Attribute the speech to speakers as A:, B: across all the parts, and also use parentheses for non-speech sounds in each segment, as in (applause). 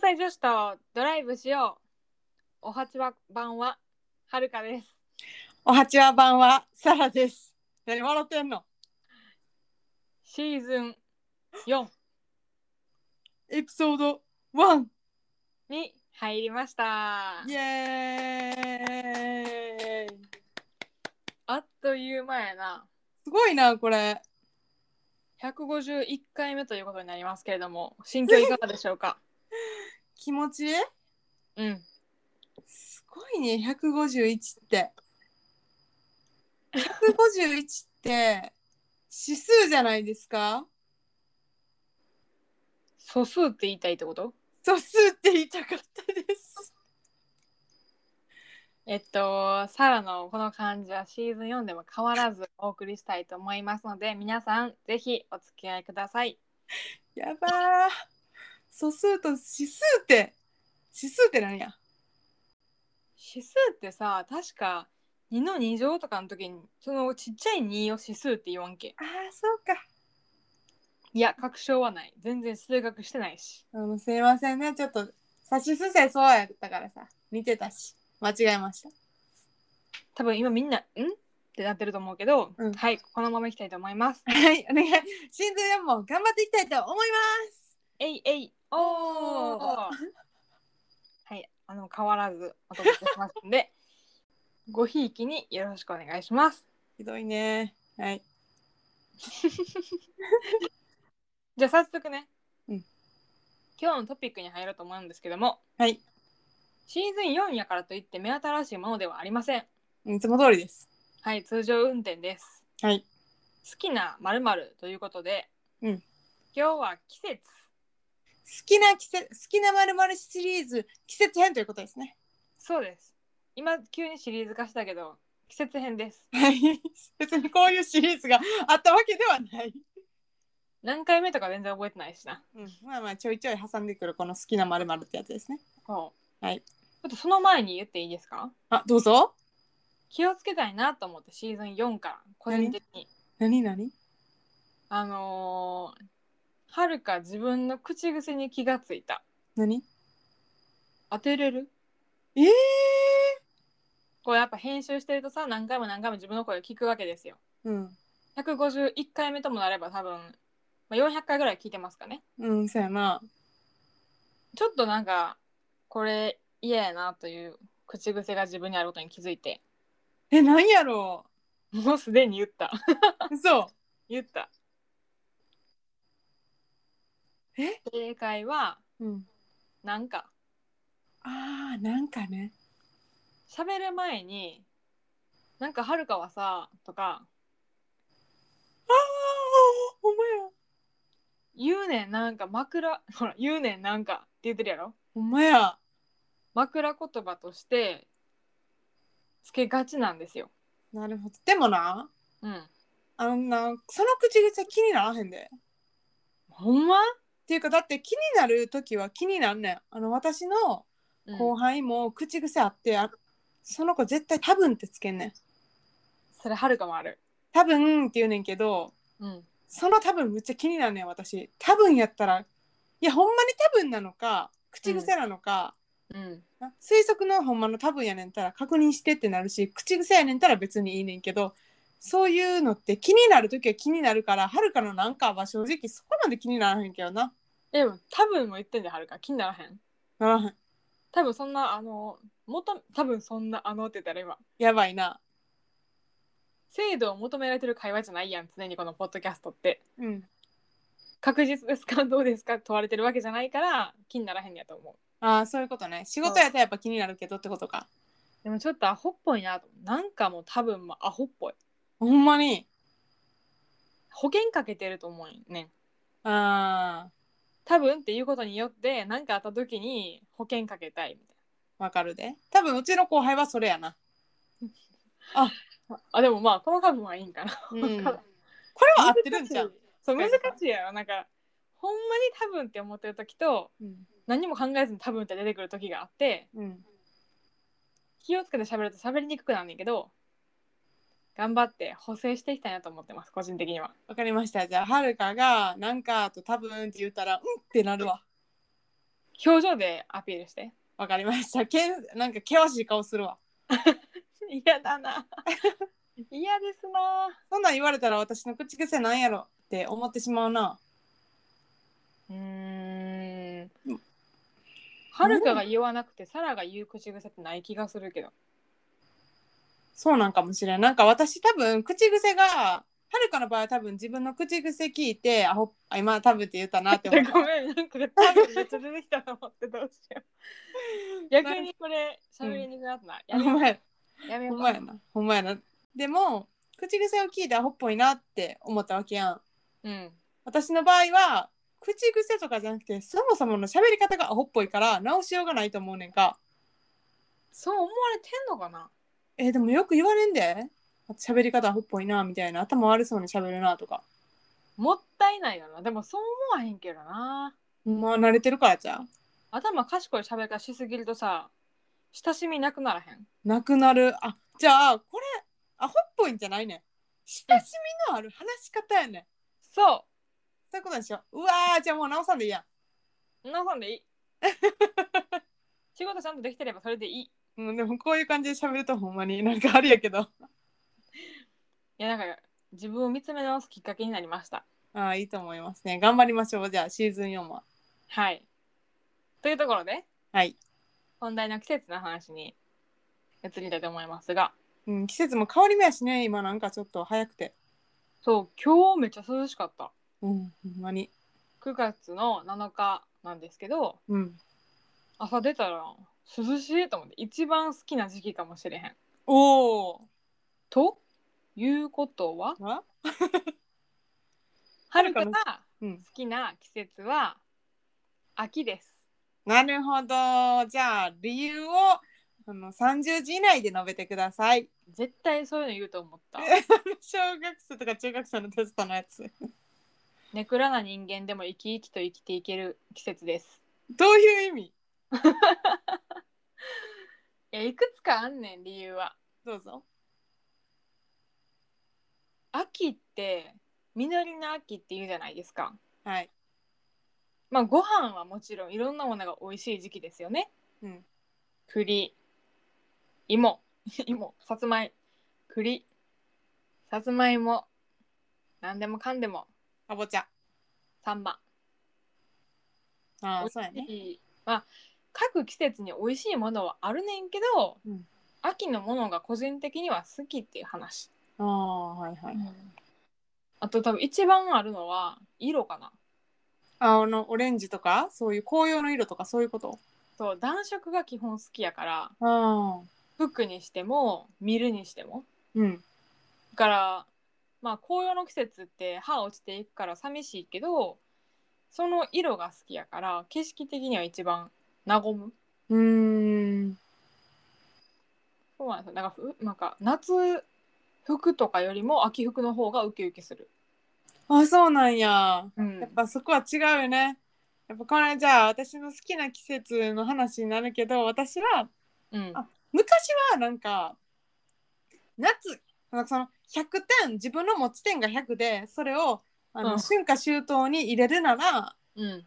A: 歳女子とドライブしよう。おはちわ版ははるかです。
B: おはちわ版はサラです。何笑ってんの？
A: シーズン4
B: エピソードワン。
A: に入りました。
B: イエーイ。
A: あっという間やな。
B: すごいなこれ。
A: 151回目ということになりますけれども、心境いかがでしょうか
B: 気持ちいい？
A: (laughs) うん。
B: すごいね151って。151って指数じゃないですか？
A: 素数って言いたいってこと
B: 素数って言いたかったです。
A: えっと、サラのこの感じはシーズン4でも変わらずお送りしたいと思いますので、皆さんぜひお付き合いください。
B: やばー。素数と指数って指数って何や？
A: 指数ってさ確か2の2乗とかの時にそのちっちゃい2を指数って言わんけ
B: ああそうか。
A: いや確証はない全然数学してないし
B: あのすいませんねちょっと差しすせそうやったからさ見てたし間違えました
A: 多分今みんな「ん?」ってなってると思うけど、
B: うん
A: はいこのままいきたいと思います
B: はいお願い心臓4も頑張っていきたいと思います
A: えいえいお
B: お
A: ーはいあの変わらずお届けしますん (laughs) でごひいきによろしくお願いします
B: ひどいねはい
A: じゃあ早速ね、
B: うん
A: 今日のトピックに入ろうと思うんですけども
B: はい
A: シーズン4やからといって目新しいものではありません
B: いつも通りです
A: はい、通常運転です。
B: はい
A: 好きなまるまるということで、
B: うん
A: 今日は季節。
B: 好きな季節好きなまるまるシリーズ季節編ということですね
A: そうです。今急にシリーズ化したけど、季節編です。
B: はい別にこういうシリーズがあったわけではない、
A: 何回目とか全然覚えてないしな。
B: うん、まあまあちょいちょい挟んでくるこの好きなまるまるってやつですね
A: そう。
B: はい
A: ちょっとその前に言っていいですか
B: あどうぞ
A: 気をつけたいなと思ってシーズン4から個人的に。
B: 何何
A: あのーはるか自分の口癖に気がついた。
B: 何
A: 当てれる
B: ええ
A: こうやっぱ編集してるとさ、何回も何回も自分の声を聞くわけですよ。
B: うん
A: 151回目ともなれば多分、まあ、400回ぐらい聞いてますかね
B: うんそうやな
A: ちょっとなんかこれ嫌やなという口癖が自分にあることに気づいて
B: え何やろう
A: もうすでに言った (laughs)
B: 嘘
A: 言った
B: え
A: 正解は
B: うん。
A: なんか
B: ああ、なんかね。
A: 喋る前になんかはるかはさとか
B: ああ、ほんまや。
A: 言うねんなんか枕 (laughs) ほら言うねんなんかって言ってるやろ
B: ほんまや。
A: 枕言葉としてつけがちなんですよ
B: なるほど。でもな、
A: うん
B: あのな、その口癖気にならへんで。っ
A: ほんま、
B: ていうか、だって気になる時は気になんねん。あの、私の
A: うん
B: 後輩も口癖あって、あその子絶対多分ってつけんねん。
A: それはるかもある
B: 多分って言うねんけど、
A: うん
B: その多分むっちゃ気になんねん、私。多分やったら、いや、ほんまに多分なのか、口癖なのか、
A: うん
B: な推測のほんまの多分やねんたら確認してってなるし口癖やねんたら別にいいねんけどそういうのって気になる時は気になるからはるかのなんかは正直そこまで気にならへんけどな
A: でも多分も言ってんじゃんはるか気にならへん
B: ならへん
A: 多分そんなあの元多分そんなあのって言ったら今
B: やばいな
A: 精度を求められてる会話じゃないやん常にこのポッドキャストって
B: うん
A: 確実ですかどうですか問われてるわけじゃないから気にならへんやと思う
B: ああそういうことね仕事やったらやっぱ気になるけどってことか
A: でもちょっとアホっぽいなとなんかもう多分もうアホっぽい
B: ほんまに
A: 保険かけてると思うねん
B: あ
A: 多分っていうことによって何かあった時に保険かけたいみたい
B: あわかるで多分うちの後輩はそれやな
A: なあでもまあこの多分はいいんかな
B: うんこれは合ってるんじゃん、
A: (laughs) そう難
B: 難
A: し
B: しい
A: いやろなんかほんまに多分って思ってる時と
B: うん
A: 何も考えずに多分って出てくる時があって
B: うん、
A: 気をつけて喋ると喋りにくくなんねんけど頑張って補正していきたいなと思ってます個人的には
B: わかりましたじゃあはるかがなんかと多分って言ったらうんってなるわ
A: 表情でアピールして。
B: わかりましたけんなんか険しい顔するわ
A: 嫌だな。 (laughs) 嫌ですな。
B: そんなん言われたら私の口癖なんやろって思ってしまうな
A: うーん。はるかが言わなくて、サラが言う口癖ってない気がするけど。
B: そうなんかもしれんなんか私多分口癖がはるかの場合は多分自分の口癖聞いてあほあ今多分って言ったなって
A: ご
B: 思
A: め
B: っ
A: ん、 (laughs)
B: た
A: なんか多分めっちゃ出てきたと思ってどうし (laughs) よう。逆にこれ喋りにくくなったな。やめ
B: ほ
A: よ
B: んまや
A: うやめよ
B: ほ
A: うんか
B: まやなほんまやなでも口癖を聞いてアホっぽいなって思ったわけやん
A: うん。
B: 私の場合は口癖とかじゃなくてそもそもの喋り方がアホっぽいから直しようがないと思うねんか
A: そう思われてんのかな
B: えーでもよく言われんで喋り方アホっぽいなみたいな頭悪そうに喋るなとか
A: もったいないよな。でもそう思わへんけどな。
B: まあ慣れてるからじゃう
A: 頭賢い喋り方しすぎるとさ、親しみなくならへん。
B: なくなるあじゃあこれアホっぽいんじゃないねん親しみのある話し方やねん
A: そ
B: そういうことでしょうわーじゃあもう直さんでいいやん
A: う。直さんでい (laughs) い。仕事ちゃんとできてればそれでいい。い
B: うん、でもこういう感じで喋るとほんまになんかあれやけど
A: や、なんか自分を見つめ直すきっかけになりました。
B: ああいいと思いますね頑張りましょうじゃあシーズン4は
A: はい。というところで、
B: はい、
A: 本題の季節の話に移りたいと思いますが、
B: うん、季節も変わり目やしね今なんかちょっと早くて
A: そう、今日めっちゃ涼しかった。
B: うんほんまに
A: 9月の7日なんですけど、
B: うん
A: 朝出たら涼しいと思って、一番好きな時期かもしれへん。
B: おお
A: ということは、
B: あ
A: はるか
B: は
A: が
B: るか
A: 好
B: うん
A: きな季節は秋です。
B: なるほどじゃあ理由をあの30字以内で述べてください (laughs)
A: 絶対そういうの言うと思った。
B: 小学生とか中学生のテストのやつ
A: ネクラな人間でも生き生きと生きていける季節です。
B: どういう意味
A: いや、いくつかあんねん、理由は。
B: どうぞ
A: 秋って実りの秋って言うじゃないですか。
B: はい
A: まあご飯はもちろんいろんなものが美味しい時期ですよね。
B: うん
A: 栗、芋、 (laughs) 芋、さつまい、栗、さつまいも、何でもかんでも、
B: かぼちゃ
A: サンマ。
B: あ
A: 美
B: あ
A: 味
B: そうやね
A: しいまあ各季節に美味しいものはあるねんけど、
B: うん
A: 秋のものが個人的には好きっていう話。
B: ああはいはい
A: あと多分一番あるのは色かな。
B: あのオレンジとかそういう紅葉の色とかそういうこと
A: そう暖色が基本好きやから
B: ああ
A: 服にしても見るにしても
B: うん
A: だからまあ紅葉の季節って葉落ちていくから寂しいけどその色が好きやから景色的には一番和む
B: うーん
A: そうなんですよなんかふなんか夏服とかよりも秋服の方がウキウキする、
B: あそうなんや
A: うん
B: やっぱそこは違うよねやっぱこれじゃあ私の好きな季節の話になるけど私は
A: うん、
B: あ昔はなんか夏なんかその100点自分の持ち点が100でそれをあの、
A: うん
B: 春夏秋冬に入れるなら
A: うん、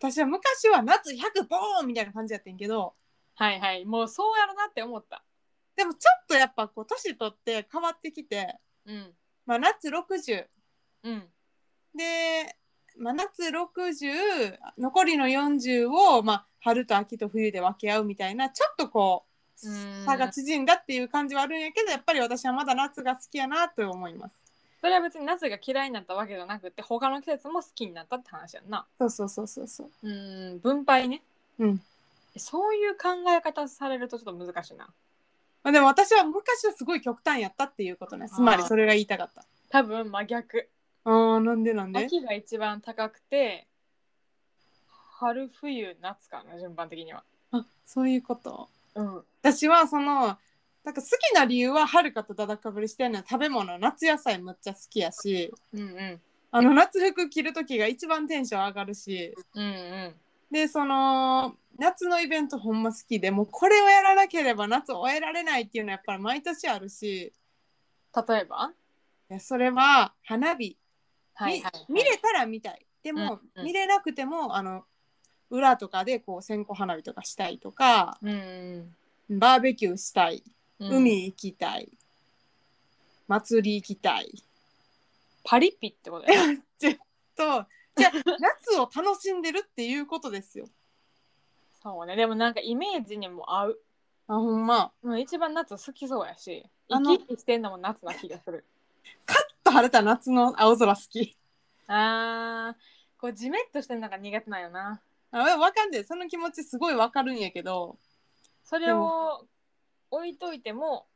B: 私は昔は夏100ボーンみたいな感じやってんけど
A: はいはいもうそうやろなって思った
B: でもちょっとやっぱこう年取って変わってきて、
A: うん
B: まあ、夏60
A: うん
B: で、まあ、夏60残りの40を、まあ、春と秋と冬で分け合うみたいなちょっとこう
A: うん
B: 差が縮んだっていう感じはあるんやけどやっぱり私はまだ夏が好きやなと思います。
A: それは別に夏が嫌いになったわけじゃなくて他の季節も好きになったって話やんな
B: そうそうそうそうそう。
A: うん分配ね
B: うん
A: そういう考え方されるとちょっと難しいな
B: まあ、でも私は昔はすごい極端やったっていうことね。つまりそれが言いたかった。
A: 多分真逆
B: ああなんでなんで
A: 秋が一番高くて春冬夏かな順番的には
B: あそういうこと。
A: うん
B: 私はそのなんか好きな理由ははるかとだだかぶりしてるのは食べ物夏野菜むっちゃ好きやし
A: うんうん
B: あの夏服着る時が一番テンション上がるし
A: うんうん
B: でその夏のイベントほんま好きでもうこれをやらなければ夏を終えられないっていうのはやっぱり毎年あるし
A: 例えば
B: いやそれは花火
A: はいはい、はい、
B: 見見れたら見たいでも、
A: うんうん
B: 見れなくてもあの裏とかでこう線香花火とかしたいとか
A: うん
B: バーベキューしたい
A: うん、
B: 海行きたい、祭り行きたい
A: パリピってことやな
B: とじゃあ夏を楽しんでるっていうことですよ。
A: (laughs) そうねでもなんかイメージにも合う
B: あほんま
A: もう一番夏好きそうやし
B: あ
A: 生
B: の
A: き生きしてんのも夏な気がする
B: カッと晴れた夏の青空好き。
A: あーこうジメッとしてるのが苦手なんよな
B: あわかんないその気持ちすごいわかるんやけど
A: それ
B: で
A: を置いといても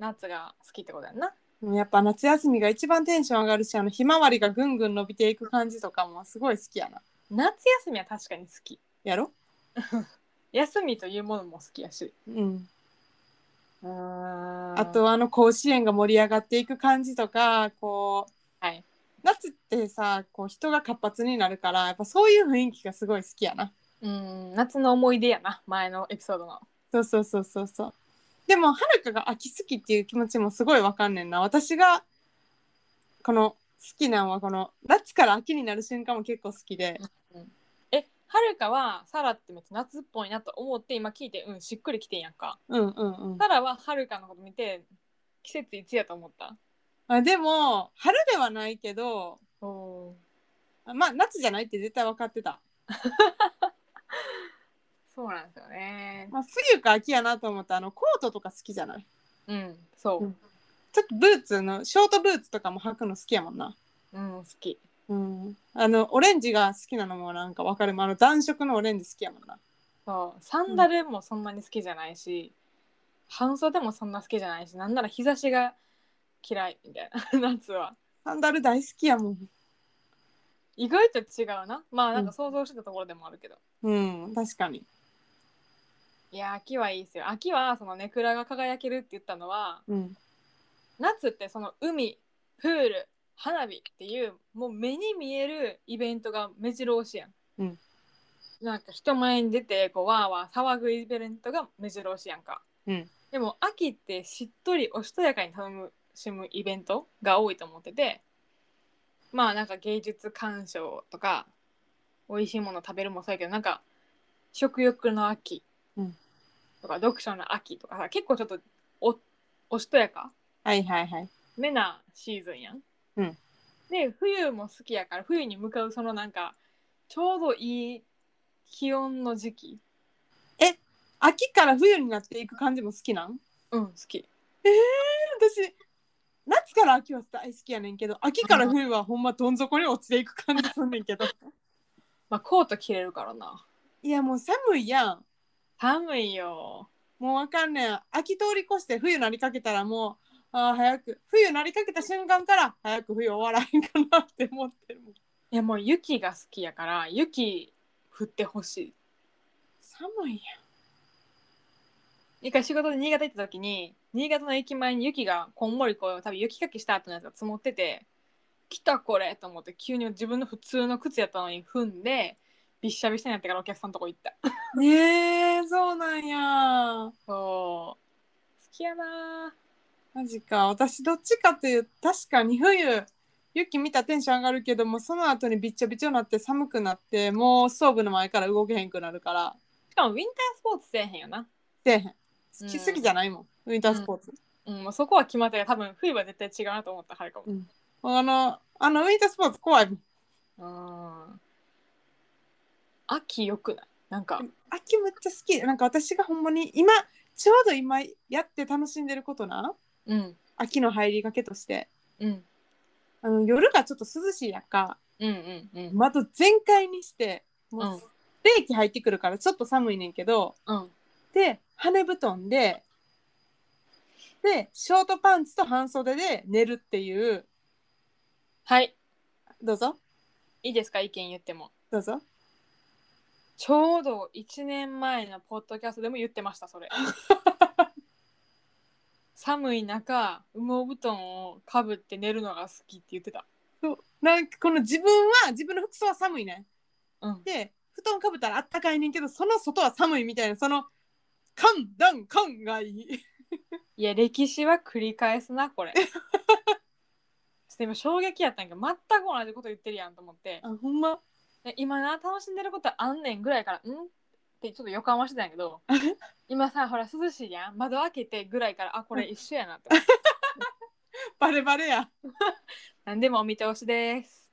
A: 夏が好きってことやんな
B: やっぱ夏休みが一番テンション上がるしあのひまわりがぐんぐん伸びていく感じとかもすごい好きやな。
A: 夏休みは確かに好き
B: やろ
A: 休みというものも好きやし
B: うん、あ
A: あ
B: とあの甲子園が盛り上がっていく感じとかこう
A: はい
B: 夏ってさこう人が活発になるからやっぱそういう雰囲気がすごい好きやな。
A: うん夏の思い出やな前のエピソードの
B: そうそうそうそうそう。でもはるかが秋好きっていう気持ちもすごいわかんねんな。私がこの好きなんはこの夏から秋になる瞬間も結構好きで。
A: えはるかはサラってめっちゃ夏っぽいなと思って今聞いてうんしっくりきてんやんか
B: うんうんうん。
A: サラははるかのこと見て季節いつやと思った
B: あでも春ではないけど、
A: お
B: あまあ夏じゃないって絶対分かってた。
A: そうなんですよね
B: まあ冬か秋やなと思ったあのコートとか好きじゃない。
A: うんそう
B: うんちょっとブーツのショートブーツとかも履くの好きやもんな。
A: うん、好き
B: うん。あのオレンジが好きなのもなんか分かるもんあの暖色のオレンジ好きやもんな。
A: そうサンダルもそんなに好きじゃないし、半袖もそんな好きじゃないしなんなら日差しが嫌いみたいな (laughs) 夏は
B: サンダル大好きやもん。
A: 意外と違うなまあなんか想像してたところでもあるけど、
B: うん確かに。
A: いや秋はいいですよ秋はそのネクラが輝けるって言ったのは
B: うん。
A: 夏ってその海プール花火っていうもう目に見えるイベントが目白押しやん、
B: うん
A: なんか人前に出てこうわーわー騒ぐイベントが目白押しやんか、
B: うん
A: でも秋ってしっとりおしとやかに楽しむイベントが多いと思っててまあなんか芸術鑑賞とか美味しいもの食べるもそうやけどなんか食欲の秋
B: うん
A: とか読書の秋とかさ結構ちょっとおおしとやか
B: はいはいはい。
A: 目なシーズンやん。
B: うん
A: で冬も好きやから冬に向かうそのなんかちょうどいい気温の時期
B: 秋から冬になっていく感じも好きなん
A: うん好き
B: 私夏から秋は大好きやねんけど秋から冬はほんまどん底に落ちていく感じすんねんけど
A: まあコート着れるからない
B: やもう寒いやん
A: 寒いよ
B: もうわかんねん秋通り越して冬なりかけたらもうあー早く冬なりかけた瞬間から早く冬終わらへんかなって思ってるもん
A: いやもう雪が好きやから雪降ってほし
B: 寒いや
A: い一回仕事で新潟行った時に新潟の駅前に雪がこんもりこう多分雪かきした後のやつが積もってて来たこれと思って急に自分の普通の靴やったのに踏んでびっしゃびしゃになってからお客さんのとこ行った
B: んねえそうなんや
A: そう。好きやな
B: マジか私どっちかというと確かに冬雪見たらテンション上がるけどもその後にびっちょびちょになって寒くなってもうストーブの前から動けへんくなるから
A: しかもウィンタースポーツせえへんよな。
B: せえへん好きすぎじゃないもん、ウィンタースポーツ、
A: うん、もうそこは決まってる多分冬は絶対違うなと思ったはるかも。
B: うんあのあのウィンタースポーツ怖いもん
A: うん。秋よくないなんか、
B: 秋めっちゃ好きなんか私がほんまに今ちょうど今やって楽しんでることな
A: うん、
B: 秋の入りがけとして
A: うん、
B: あの夜がちょっと涼しいやんか
A: うん、うん、うん。
B: 窓全開にしても
A: うん
B: う冷気入ってくるからちょっと寒いねんけど、
A: うん、
B: で羽布団ででショートパンツと半袖で寝るっていう
A: はい。
B: どうぞ
A: いいですか意見言っても。
B: どうぞ
A: ちょうど1年前のポッドキャストでも言ってました、それ。寒い中、羽毛布団をかぶって寝るのが好きって言ってた。
B: そうなんかこの自分は自分の服装は寒いね
A: うん。
B: で布団かぶったらあったかいねんけどその外は寒いみたいなその寒暖感がいい
A: いや歴史は繰り返すなこ (laughs) れちょっと今衝撃やったんやけど全く同じこと言ってるやんと思って
B: (laughs) あほんま
A: で今な楽しんでることあんねんぐらいからんってちょっと予感はしてたんやけど今さほら涼しいやん窓開けてぐらいからあこれ一緒やなと
B: バレバレや。
A: 何でもお見通しです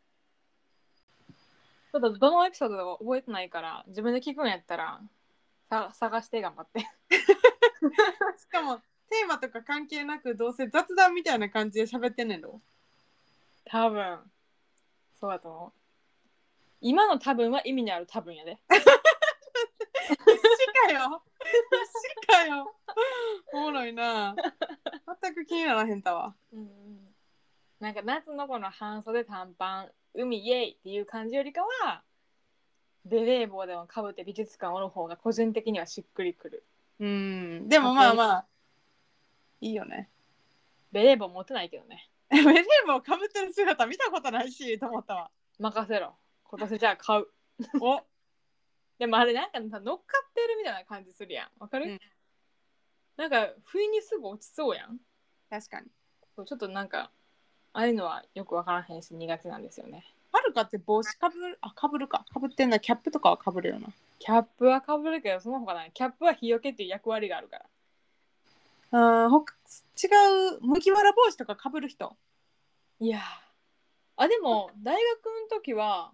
A: ちょっとどのエピソードを覚えてないから自分で聞くんやったらさ探して頑張って
B: しかもテーマとか関係なくどうせ雑談みたいな感じで喋ってんねんろ。
A: 多分そうだと思う今の多分は意味のある多分やで
B: 必死かよ。必死かよ。おもろいな。全く気にならへんたわ。
A: うんなんか夏のこの半袖短パン海イエイっていう感じよりかはベレー帽でもかぶって美術館おる方が個人的にはしっくりくる
B: うん。でもまあまあ。いいよね。
A: ベレー帽持ってないけどね
B: ベレー帽かぶってる姿見たことないしと思った (laughs) わ。
A: 任せろ今年じゃあ買う
B: お
A: でもあれなんかさ乗っかってるみたいな感じするやんわかる、
B: うん
A: なんか不意にすぐ落ちそうやん
B: 確かに。
A: そうちょっとなんかああいうのはよくわからへんし苦手なんですよね
B: はるかって帽子かぶるあかぶるかかぶってんだキャップとかはかぶるよな。
A: キャップはかぶるけどその他ないキャップは日よけっていう役割があるから
B: あーほか違う麦わら帽子とかかぶる人
A: いやーあでも大学の時は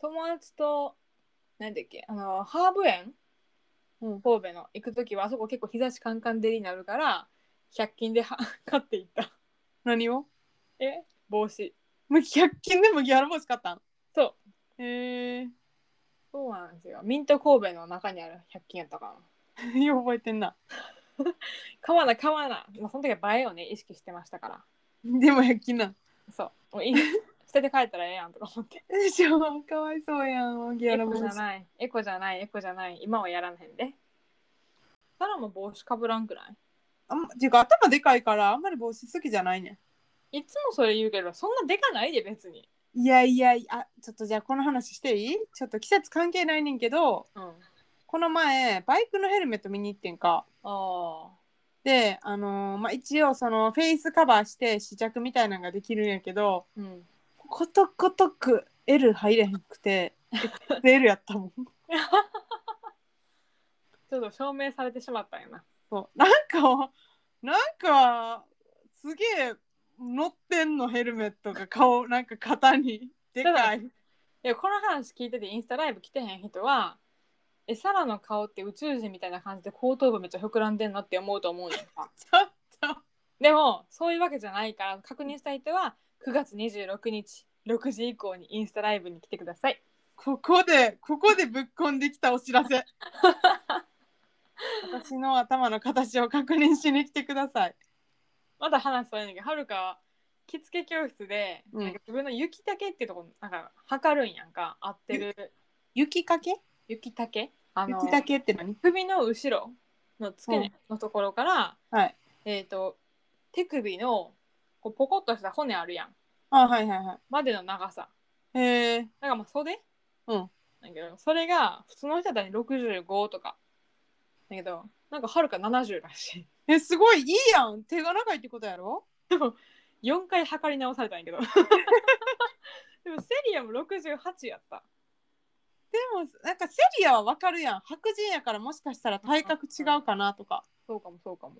A: 友達と何だっけあのハーブ園、
B: うん
A: 神戸の行く時はあそこ結構日差しカンカン照りになるから100均では (laughs) 買っていった
B: 何を
A: え帽子
B: 麦100均で麦わら帽子買ったん
A: そう
B: へえ
A: そうなんですよミント神戸の中にある100均やったかな
B: ー、よう覚えてんな
A: 買わな買わな、まあ、その時は映えをね意識してましたから
B: でも100均なん
A: そうも (laughs) ういい捨てて帰ったらええやんとか思って
B: でしょかわいそうやん麦
A: (laughs)
B: わ
A: エ
B: ら
A: コ
B: 帽
A: じ
B: 子
A: ゃないエコじゃないエコじゃない今はやらへんでサラも帽子かぶらんくない
B: あんまていうか頭でかいからあんまり帽子好きじゃないね
A: いつもそれ言うけどそんなでかないで別に。
B: んいやいやいあちょっとじゃあこの話していいちょっと季節関係ないねんけど
A: うん、あ
B: この前バイクのヘルメット見に行ってんか
A: あ
B: であのーまあ一応そのフェイスカバーして試着みたいなのができるんやけど
A: うん。
B: ことごとく L 入れへんくて L やったもん
A: ちょっと証明されてしまったよな。
B: そうなんかなんかすげえ乗ってんのヘルメットが顔なんか肩にでかい
A: いやこの話聞いててインスタライブ来てへん人はえサラの顔って宇宙人みたいな感じで後頭部めっちゃ膨らんでんなって思うと思うやんか。 (laughs)
B: ちょっと
A: でもそういうわけじゃないから確認したい人は9月26日6時以降にインスタライブに来てください。
B: ここでここでぶっこんできたお知らせ私の頭の形を確認しに来てください
A: まだ話それねんけどはるかは着付け教室で、
B: うん
A: なんか自分の雪丈っていうとこなんか測るんやんか合ってる。
B: 雪かけ
A: 雪丈あの
B: 雪かけって何
A: 首の後ろの付け根のところから、
B: はい
A: えっ、と手首のこうポコッとした骨あるやん
B: あはいはいは
A: までの長さ
B: いへえ
A: だからまあ袖
B: うん
A: だけどそれが普通の人だったら65とかだけどなんかはるか70らし
B: えすごいいいやん手が長いってことやろ
A: い4回測り直されたんやけど (laughs) でもセリアも68やった
B: でもなんかセリアはわかるやん白人やからもしかしたら体格違うかなとか
A: そうかもそうかも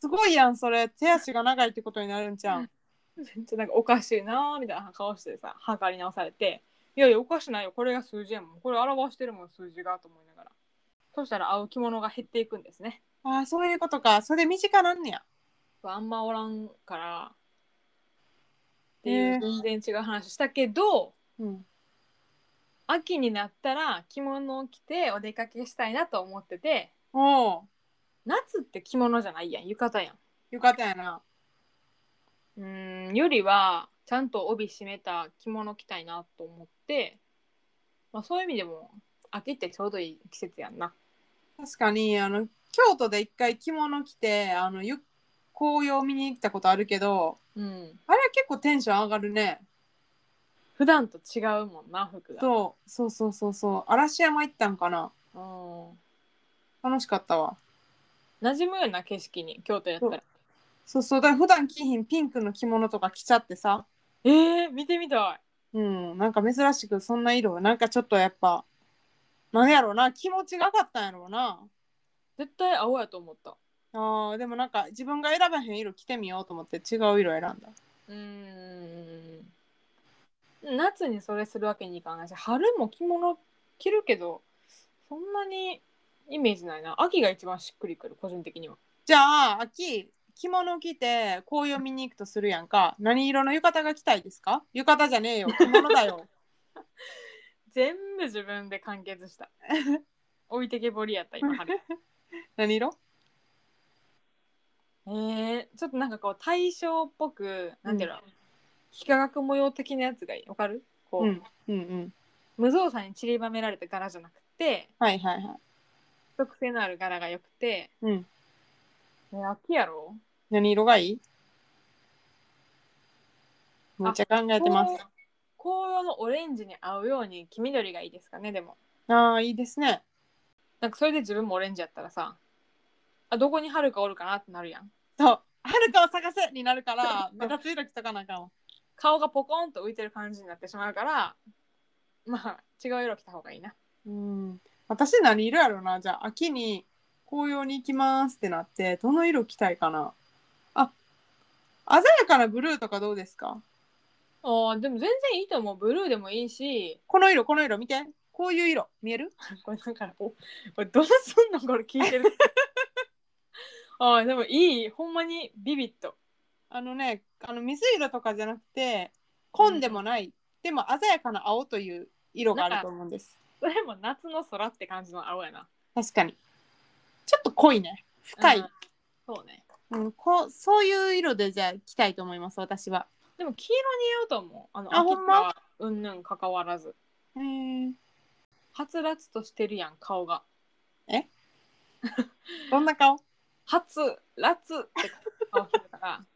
B: すごいやんそれ手足が長いってことになるんじゃん
A: めっちゃなんかおかしいなーみたいな顔してさ測り直されて「いやいやおかしないよこれが数字やもんこれ表してるもん数字が」と思いながらそしたら合う着物が減っていくんですね
B: あーそういうことかそれ身近なんねや
A: あんまおらんからっていう全然違う話したけど、
B: うん
A: 秋になったら着物を着てお出かけしたいなと思ってて
B: おお
A: 夏って着物じゃないやん浴衣やん
B: よかったやな
A: うーんよりはちゃんと帯締めた着物着たいなと思って、まあ、そういう意味でも秋ってちょうどいい季節やんな
B: 確かにあの京都で一回着物着てあのゆ紅葉見に来たことあるけど
A: うん
B: あれは結構テンション上がるね
A: 普段と違うもんな服が
B: そうそうそうそうそう嵐山行ったんかな
A: うん
B: 楽しかったわ
A: 馴染むような景色に京都やったら
B: そうそうだから普段着ひんピンクの着物とか着ちゃってさ
A: えー、見てみたい
B: うん、なんか珍しくそんな色なんかちょっとやっぱなんやろうな気持ちがかったんやろうな
A: 絶対青やと思った
B: あーでもなんか自分が選ばへん色着てみようと思って違う色選んだ
A: うーん夏にそれするわけにいかないし春も着物着るけどそんなにイメージないな秋が一番しっくりくる個人的には
B: じゃあ秋着物着て紅葉見に行くとするやんか何色の浴衣が着たいですか浴衣じゃねえよ着物だよ
A: 全部自分で完結
B: (laughs)
A: した置いてけぼりやった今春
B: 何色
A: えー、ちょっとなんかこう対象っぽくなんていうの、幾何学模様的なやつがいいわかるこう、
B: うんうんうん
A: 無造作に散りばめられた柄じゃなくて
B: はいはいはい
A: 特性のある柄がよくて、
B: うん
A: え秋やろ
B: 何色がいいめっちゃ考えてます
A: 紅紅葉のオレンジに合うように黄緑がいいですかねでも
B: ああいいですね
A: なんかそれで自分もオレンジやったらさあどこに春かおるかなってなるやん
B: そう遥かを探せになるから目立つ色着とかなあかんわ
A: 顔がポコンと浮いてる感じになってしまうからまあ違う色着た方がいいな
B: うん私何色やろうなじゃあ秋に紅葉に行きますってなってどの色着たいかなあ鮮やかなブルーとかどうですか
A: あーでも全然いいと思うブルーでもいいし
B: この色この色見てこういう色見える
A: これなんかおおどうすんのこれ聞いて (laughs) るあーでもいいほんまにビビッと
B: あのねあの水色とかじゃなくて紺でもない、でも鮮やかな青という色があると思うんです
A: それも夏の空って感じの青やな
B: 確かにちょっと濃いね
A: う
B: 深
A: ん
B: い、
A: そうね
B: うんこうそういう色でじゃあ着たいと思います私は
A: でも黄色に合うと思うあの
B: あほんま
A: 秋かうんぬんかかわらず
B: へえ
A: はつらつとしてるやん顔が
B: どんな顔
A: はつらつって顔してるから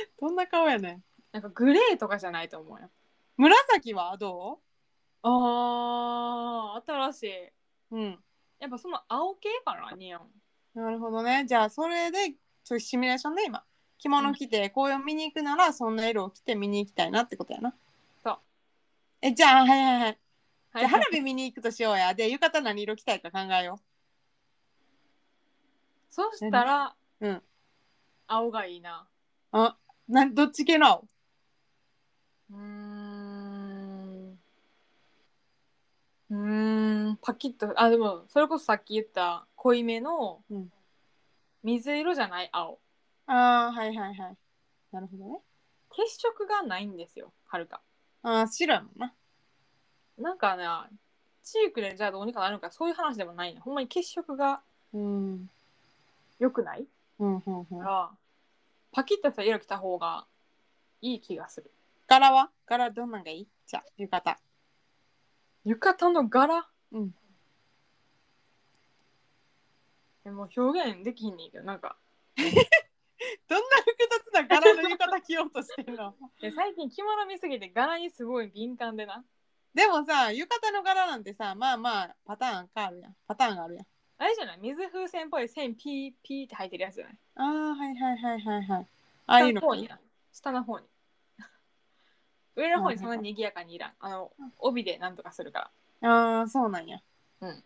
A: (laughs)
B: どんな顔やねん
A: なんかグレーとかじゃないと思うよ
B: 紫はど
A: あー新しい
B: うん
A: やっぱその青系かなニオン
B: なるほどね。じゃあそれでちょっとシミュレーションで今着物着て紅葉見に行くならそんな色を着て見に行きたいなってことやな。
A: そう。
B: えじゃあはいはいはい。
A: は
B: じゃ
A: い
B: あ花火見に行くとしようや。で浴衣何色着たいか考えよ
A: そしたら、
B: うん
A: 青がいいな
B: う。などっち系の青
A: うーんうーんパキッとあでもそれこそさっき言った濃いめの
B: うん
A: 水色じゃない青
B: ああはいはいはい。なるほどね。
A: 血色がないんですよはるか
B: ああ白やもんな。
A: なんかなチークでじゃあどうにかなるのかそういう話でもないねほんまに血色が
B: うん。
A: 良くない
B: うんうんう
A: か
B: ん。
A: らパキッとした色着た方がいい気がする
B: 柄は柄どんなんがいいじゃあ浴衣。
A: 浴衣の柄
B: うん
A: でも表現できひんねんけどなんか
B: どんな複雑な柄の浴衣着ようとしてる (laughs) の
A: で最近着物見すぎて柄にすごい敏感でな
B: でもさ浴衣の柄なんてさまあまあパターンかあるやん。パターンがあるやん。
A: あれじゃない水風船っぽい線ピーピーって入ってるやつじゃない
B: ああ、はいはいはいはいはい。ああいうの
A: 下の方にな下の方に上の方にそんなに賑やかにいらんあの帯でなんとかするから
B: ああ、そうなんや。
A: うん。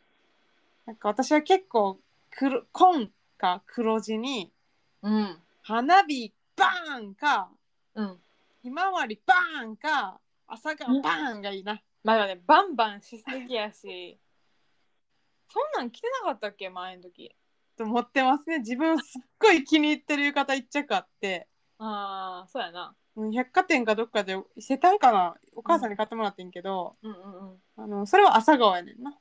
B: なんか私は結構黒、紺か黒地に、
A: うん
B: 花火バーンか、
A: うん
B: ひまわりバーンか、朝顔バーンがいいな。
A: まだねバンバンしすぎやしそんなん着てなかったっけ前の時
B: と思ってますね。自分すっごい気に入ってる浴衣一着あって、
A: ああそうやな
B: うん百貨店かどっかで、伊勢丹かな、お母さんに買ってもらってんけど、
A: うんうんうん
B: あの、それは朝顔やねんな。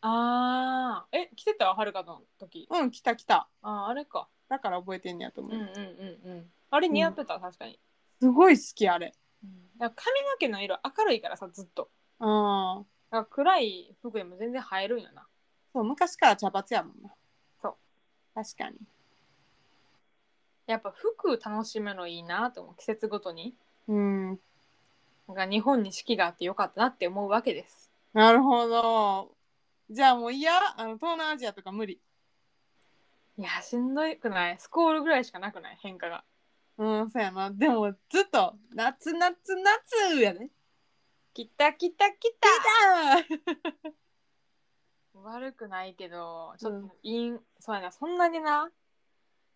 A: あーえ着てたはるかの時
B: うん、来た来た。
A: あーあれか
B: だから覚えてんねやと
A: う
B: 思
A: んう
B: う。
A: んうんうんあれ似合ってた、確かに、
B: すごい好き、あれ。
A: だから髪の毛の色明るいからさずっと
B: ああ。
A: だから暗い服でも全然映えるんよな
B: そう昔から茶髪やもんな
A: そう
B: 確かに
A: やっぱ服楽しむのいいなと思う季節ごとに
B: うん
A: なんか日本に四季があってよかったなって思うわけです
B: なるほどじゃあもういやあの東南アジアとか無理
A: いやしんどくないスコールぐらいしかなくない変化が
B: うんそうやなでもずっと夏夏夏やね
A: 来た来た来た
B: あー
A: 悪くないけどちょっと陰、そうやなそんなにな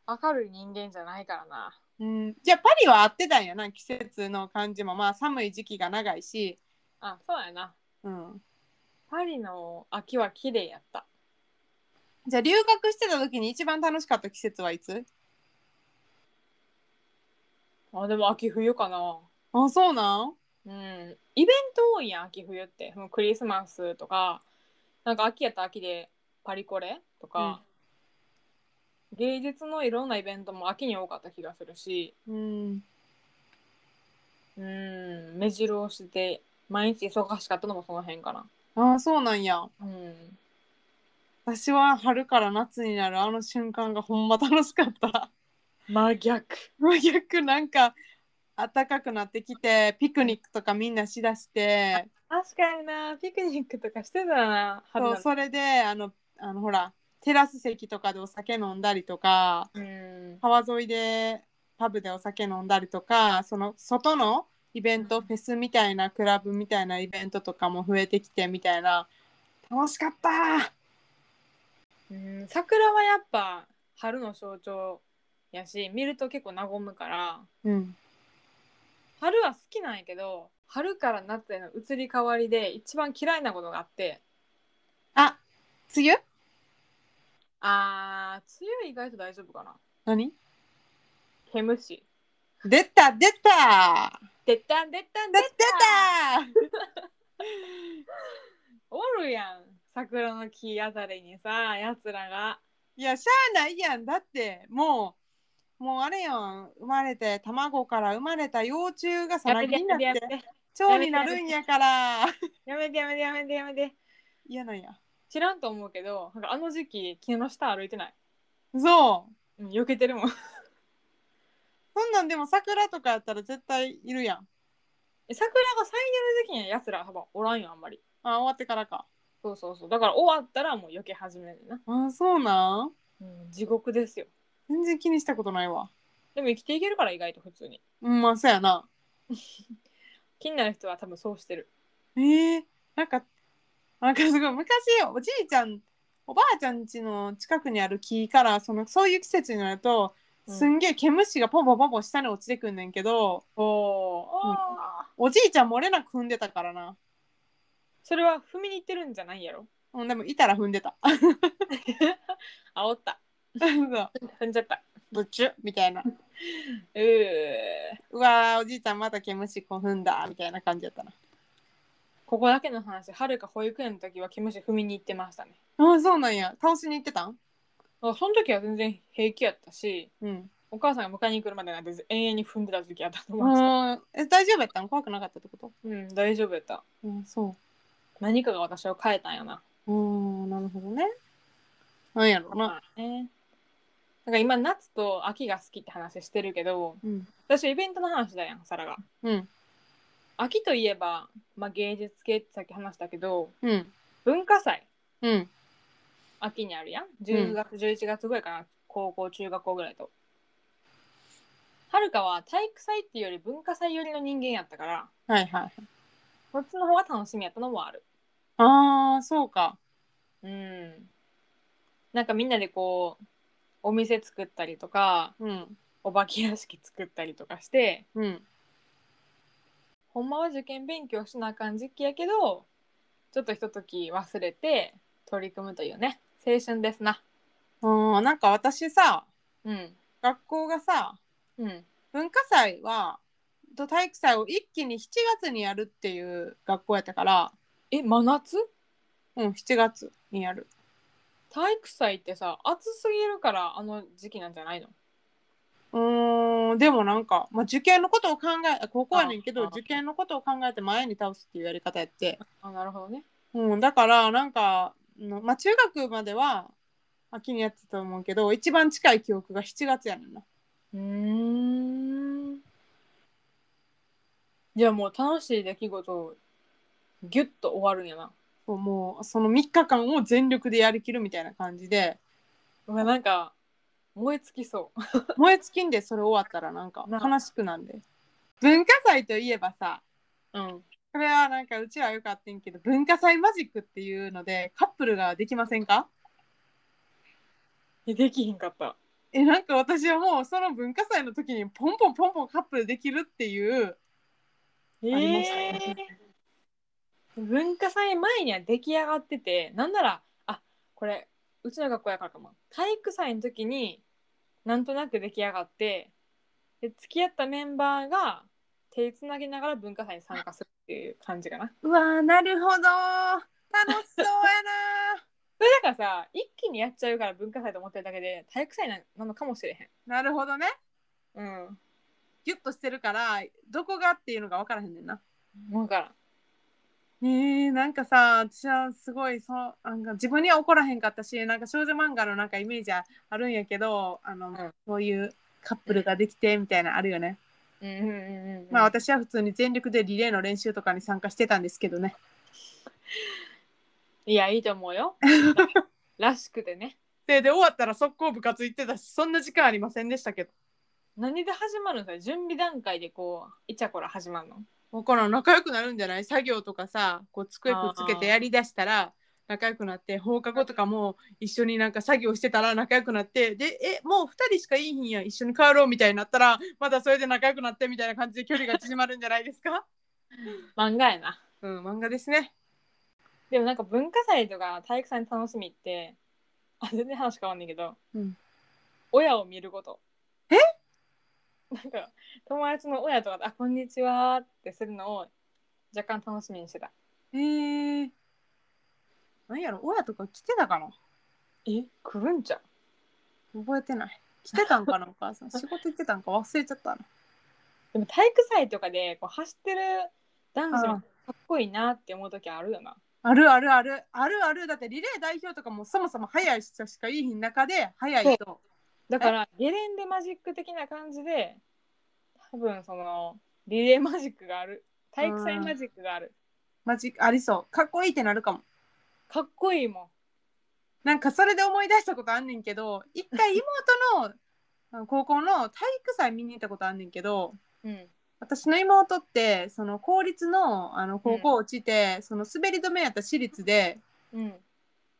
A: 明るい人間じゃないからな
B: うん、じゃあパリは合ってたんやな季節の感じもまあ寒い時期が長いし、
A: あそうやな
B: うん、
A: パリの秋は綺麗やった
B: じゃあ留学してた時に一番楽しかった季節はいつ
A: あでも秋冬かな
B: あそうなん
A: うんイベント多いやん秋冬ってもうクリスマスとかなんか秋やったら秋でパリコレとか、芸術のいろんなイベントも秋に多かった気がするし
B: うん
A: うん目白押しで毎日忙しかったのもその辺かな
B: あそうなんや
A: うん
B: 私は春から夏になるあの瞬間がほんま楽しかった
A: 真逆
B: (laughs) 真逆なんか暖かくなってきてピクニックとかみんなしだして
A: 確かになピクニックとかしてたな春
B: そうそれであのあのほらテラス席とかでお酒飲んだりとか
A: うん
B: 川沿いでパブでお酒飲んだりとかその外のイベント、
A: うん
B: フェスみたいなクラブみたいなイベントとかも増えてきてみたいな楽しかった
A: うん桜はやっぱ春の象徴やし見ると結構和むから
B: うん
A: 春は好きなんやけど春から夏への移り変わりで一番嫌いなことがあって
B: あ梅雨
A: あー梅雨意外と大丈夫かな
B: 何
A: 毛虫
B: 出た出た
A: 出た出た
B: 出
A: 出
B: た
A: たおるやん桜の木あたりにさやつらが
B: いやしゃあないやんだってもうもうあれやん生まれて卵から生まれた幼虫がさ
A: や
B: な
A: め
B: ぎ
A: て
B: にな
A: や
B: っ
A: めてやめ
B: て
A: て
B: 蝶になるんやから (laughs)
A: やめてやめてやめてやめて
B: 嫌なんや
A: 知らんと思うけどなんかあの時期木の下歩いてない、
B: そう
A: うん、避けてるもん (laughs)
B: そんなんでも桜とかやったら絶対いるやん
A: え桜が咲いてる時期にはやつらはばおらんよあんまり
B: あ終わってからか
A: そうそうそうだから終わったらもう避け始めるな、
B: あそうなん
A: うん、地獄ですよ
B: 全然気にしたことないわ
A: でも生きていけるから意外と普通に
B: うんまあそうやな
A: 気になる人は多分そうしてる
B: えー、なんかなんかすごい昔おじいちゃんおばあちゃん家の近くにある木からそのそういう季節になるとすんげえ毛虫がポンポンポンポン下に落ちてくんねんけど、
A: おおー、
B: うん
A: あー
B: おじいちゃん漏れなく踏んでたからな、
A: それは踏みに行ってるんじゃないやろ (laughs)
B: うん、でもいたら踏んで (laughs) た
A: 煽った
B: そう
A: 踏んじゃった
B: ぶちゅみたいな
A: うー
B: うわーおじいちゃんまた毛虫こう踏んだみたいな感じやったな
A: ここだけの話はるか保育園の時は毛虫踏みに行ってましたね
B: あそうなんや倒しに行ってたん
A: あその時は全然平気やったし
B: うん
A: お母さんが迎えに来るまでなんて永遠に踏んでた時期あったと思いました
B: うんえ大丈夫やったん怖くなかったってこと
A: うん大丈夫やった
B: うんそ
A: 何かが私を変えたんやな
B: ううんなるほどねなんやろうな
A: まあねなんか今夏と秋が好きって話してるけど
B: うん
A: 私イベントの話だやんサラが
B: うん
A: 秋といえば、まあ、芸術系ってさっき話したけど
B: うん
A: 文化祭
B: うん
A: 秋にあるやん10月、11月ぐらいかな高校中学校ぐらいとはるかは体育祭っていうより文化祭寄りの人間やったから
B: はいはいはい
A: こっちの方が楽しみやったのもある
B: ああそうか
A: うんなんかみんなでこうお店作ったりとか
B: うん
A: お化け屋敷作ったりとかして
B: うん
A: ほんまは受験勉強しなあかん時期やけどちょっとひととき忘れて取り組むというね青春ですな
B: あーなんか私さ
A: うん
B: 学校がさ
A: うん
B: 文化祭はと体育祭を一気に7月にやるっていう学校やったから
A: え真夏
B: うん7月にやる
A: 体育祭ってさ暑すぎるからあの時期なんじゃないの
B: うーんでもなんか、まあ、受験のことを考え高校やねんけ
A: あ
B: ど
A: ー
B: 受験のことを考えて前に倒すっていうやり方やって
A: あなるほどね
B: うん、だからなんか、うんまあ、中学までは秋にやってたと思うけど一番近い記憶が7月やねんな
A: うーんじゃあもう楽しい出来事をギュッと終わるんやな
B: こうもうその3日間を全力でやりきるみたいな感じで (laughs)
A: うわなんか燃え尽きそう
B: 燃え尽きんでそれ終わったらなんか
A: な
B: 悲しくなんで文化祭といえばさ
A: うん
B: これはなんかうちはよかったんけど文化祭マジックっていうのでカップルができませんか
A: え (laughs) できひんかった
B: えなんか私はもうその文化祭の時にポンポンポンポンカップルできるっていう
A: え
B: りましたね
A: ー文化祭前には出来上がっててなんならあこれうちの学校やからかも体育祭の時になんとなく出来上がってで付き合ったメンバーが手つなぎながら文化祭に参加するっていう感じかな。
B: うわーなるほど楽しそうや
A: それだからさ一気にやっちゃうから文化祭と思ってるだけで体育祭ななのかもしれへ
B: (laughs) ななるほどね
A: ん。うん。
B: ギュッとしてるからどこがっていうのが分からへんねんな
A: もうからん。
B: えー、なんかさ私はすごいそうなんか自分には怒らへんかったしなんか少女漫画のなんかイメージはあるんやけどあの、
A: ん
B: そういうカップルができてみたいなあるよね、
A: うんうんうんうん、うん。
B: まあ私は普通に全力でリレーの練習とかに参加してたんですけどね
A: いやいいと思う
B: (laughs)
A: よ。らしくてね。
B: でで終わったら速攻部活行ってたしそんな時間ありませんでしたけど
A: 何で始まるんですか準備段階でこうイチャコラ始まるの
B: 分からん仲良くなるんじゃない作業とかさこう机くっつけてやりだしたら仲良くなって放課後とかも一緒になんか作業してたら仲良くなってでえもう2人しかいい日んや一緒に帰ろうみたいになったらまたそれで仲良くなってみたいな感じで距離が縮まるんじゃないですか
A: 漫画やな
B: (laughs) うん漫画ですね
A: でもなんか文化祭とか体育祭の楽しみってあ全然話変わんねんけど、
B: うん
A: 親を見ることえなんか友達の親とかとあこんにちは」ってするのを若干楽しみにしてた
B: えー、なんやろ親とか来てたかな
A: え来るんちゃう
B: 覚えてない来てたんかなお母 (laughs) さん仕事行ってたんか忘れちゃったな
A: でも体育祭とかでこう走ってる男子もかっこいいなって思う時あるよな
B: あるあるあるあるあるだってリレー代表とかもそもそも早い人しかいい日の中で早いと
A: だからゲレンデマジック的な感じで多分そのリレーマジックがある体育祭マジックがある
B: マジありそうかっこいいってなるかも
A: かっこいいもん
B: なんかそれで思い出したことあんねんけど一回妹の (laughs) あの高校の体育祭見に行ったことあんねんけど
A: うん、
B: 私の妹ってその公立のあの高校落ちて、その滑り止めやった私立で
A: うん、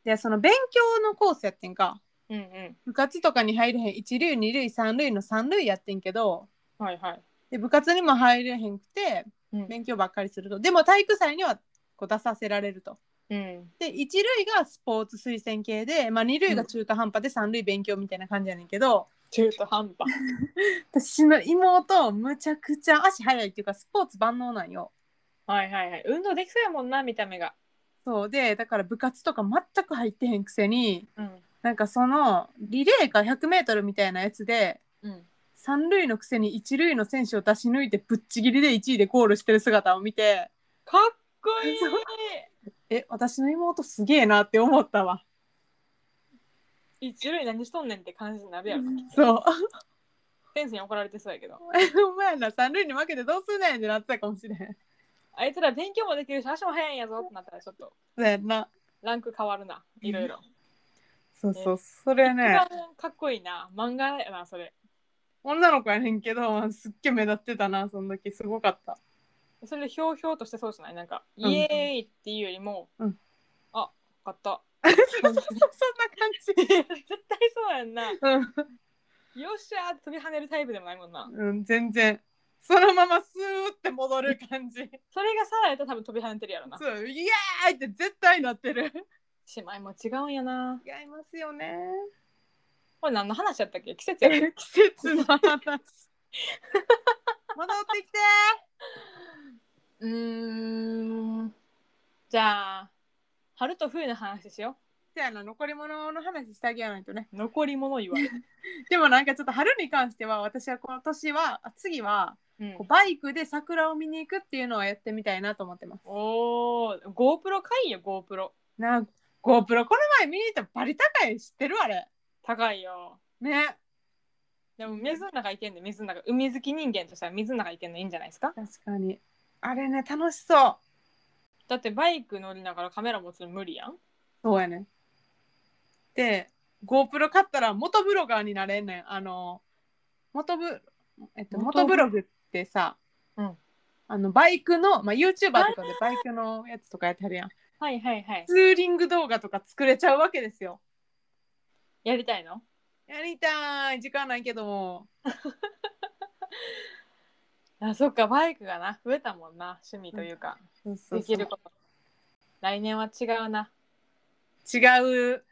B: でその勉強のコースやってんか
A: うんうん
B: 部活とかに入れへん一類二類三類の三類やってんけど
A: はいはい、
B: で部活にも入れへんくて
A: うん
B: 勉強ばっかりするとでも体育祭にはこう出させられると
A: うん、
B: で1類がスポーツ推薦系で、まあ、2類が中途半端で3類勉強みたいな感じやねんけど、
A: 中途半端
B: 私の妹むちゃくちゃ足速いっていうかスポーツ万能なんよ
A: はいはいはい運動できそうやもんな見た目が
B: そうでだから部活とか全く入ってへんくせに
A: うん
B: なんかそのリレーか 100m みたいなやつで
A: うん
B: 3類のくせに1類の選手を出し抜いてぶっちぎりで1位でゴールしてる姿を見て
A: かっこいい
B: そうえ私の妹すげえなって思ったわ
A: 一種類何しとんねんって感じになるやろ
B: (laughs) そう
A: 先生に怒られてそうやけど
B: お前な3類に負けてどうすんねんってなってたかもしれへん
A: あいつら勉強もできるし足も速いんやぞってなったらちょっと
B: そうやんな
A: ランク変わるないろいろ
B: そう
A: ね
B: そう、それ
A: 一
B: ね
A: 番、かっこいいな漫画やなそれ
B: 女の子やねんけど、すっげえ目立ってたな、その時、すごかった。
A: それでひょうひょうとしてそうじゃないなんか、
B: うん
A: イエーイっていうよりも、
B: うん
A: あ買った
B: (laughs) そうそうそう、そ
A: 絶対そうやんなよ
B: んな感じ。
A: っしゃーって飛び跳ねるタイプでもないもんな
B: うん、うん、全然。そのままスーって戻る感じ。
A: それがサラやったら多分飛び跳ねてるやろな
B: そう、イエーイって絶対なってる。
A: 姉妹も違うんやな
B: 違いますよね。
A: これ何の話やったっけ季節やっけ (laughs)
B: 季節の (laughs) 話。戻ってきて。
A: うーんじゃあ春と冬の話しよ
B: せやな、残り物の話してあげやないとね。
A: う残り物言わ (laughs) れる、
B: でもなんかちょっと春に関しては、私はこの年は、あ次は、
A: うん
B: こうバイクで桜を見に行くっていうのをやってみたいなと思ってます。
A: おー GoPro 買いよ GoPro
B: な GoPro この前見に行ったらバリ高い知ってるあれ
A: 高いよ
B: ね
A: でも水の中行けんで水の中海好き人間としては水の中行けんのいいんじゃないですか
B: 確かにあれね楽しそう
A: だってバイク乗りながらカメラ持つの無理やん
B: そうやねで GoPro 買ったら元ブロガーになれんねんあの元ブえっと
A: 元
B: 元ブログってさ、
A: うん
B: あのバイクの、まあ、YouTuber とかでバイクのやつとかやってはるやん
A: はいはいはい
B: ツーリング動画とか作れちゃうわけですよ
A: やりたいの
B: やりたい時間ないけども
A: あそっかバイクがな増えたもんな趣味というか、
B: そうそうそう
A: できること来年は違うな
B: 違う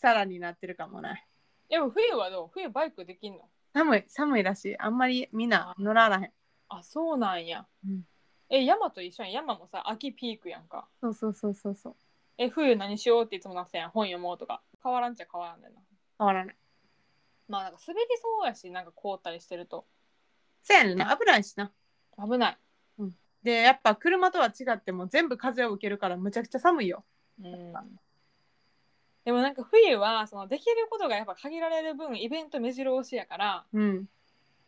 B: さらになってるかもね
A: でも冬はどう冬バイクできんの
B: 寒い寒いらしいあんまりみんな乗ららへん
A: あそうなんや、
B: うん
A: え山と一緒やん山もさ秋ピークやんか
B: そうそうそうそうそう
A: え冬何しようっていつもなってたやん本読もうとか変わらんちゃ変わらんねんな
B: 変わらない
A: まあなんか滑りそうやしなんか凍ったりしてると
B: せやねんな危ないしな
A: 危ない
B: でやっぱ車とは違っても全部風を受けるからむちゃくちゃ寒いよ
A: うんでもなんか冬はそのできることがやっぱ限られる分イベント目白押しやから
B: うん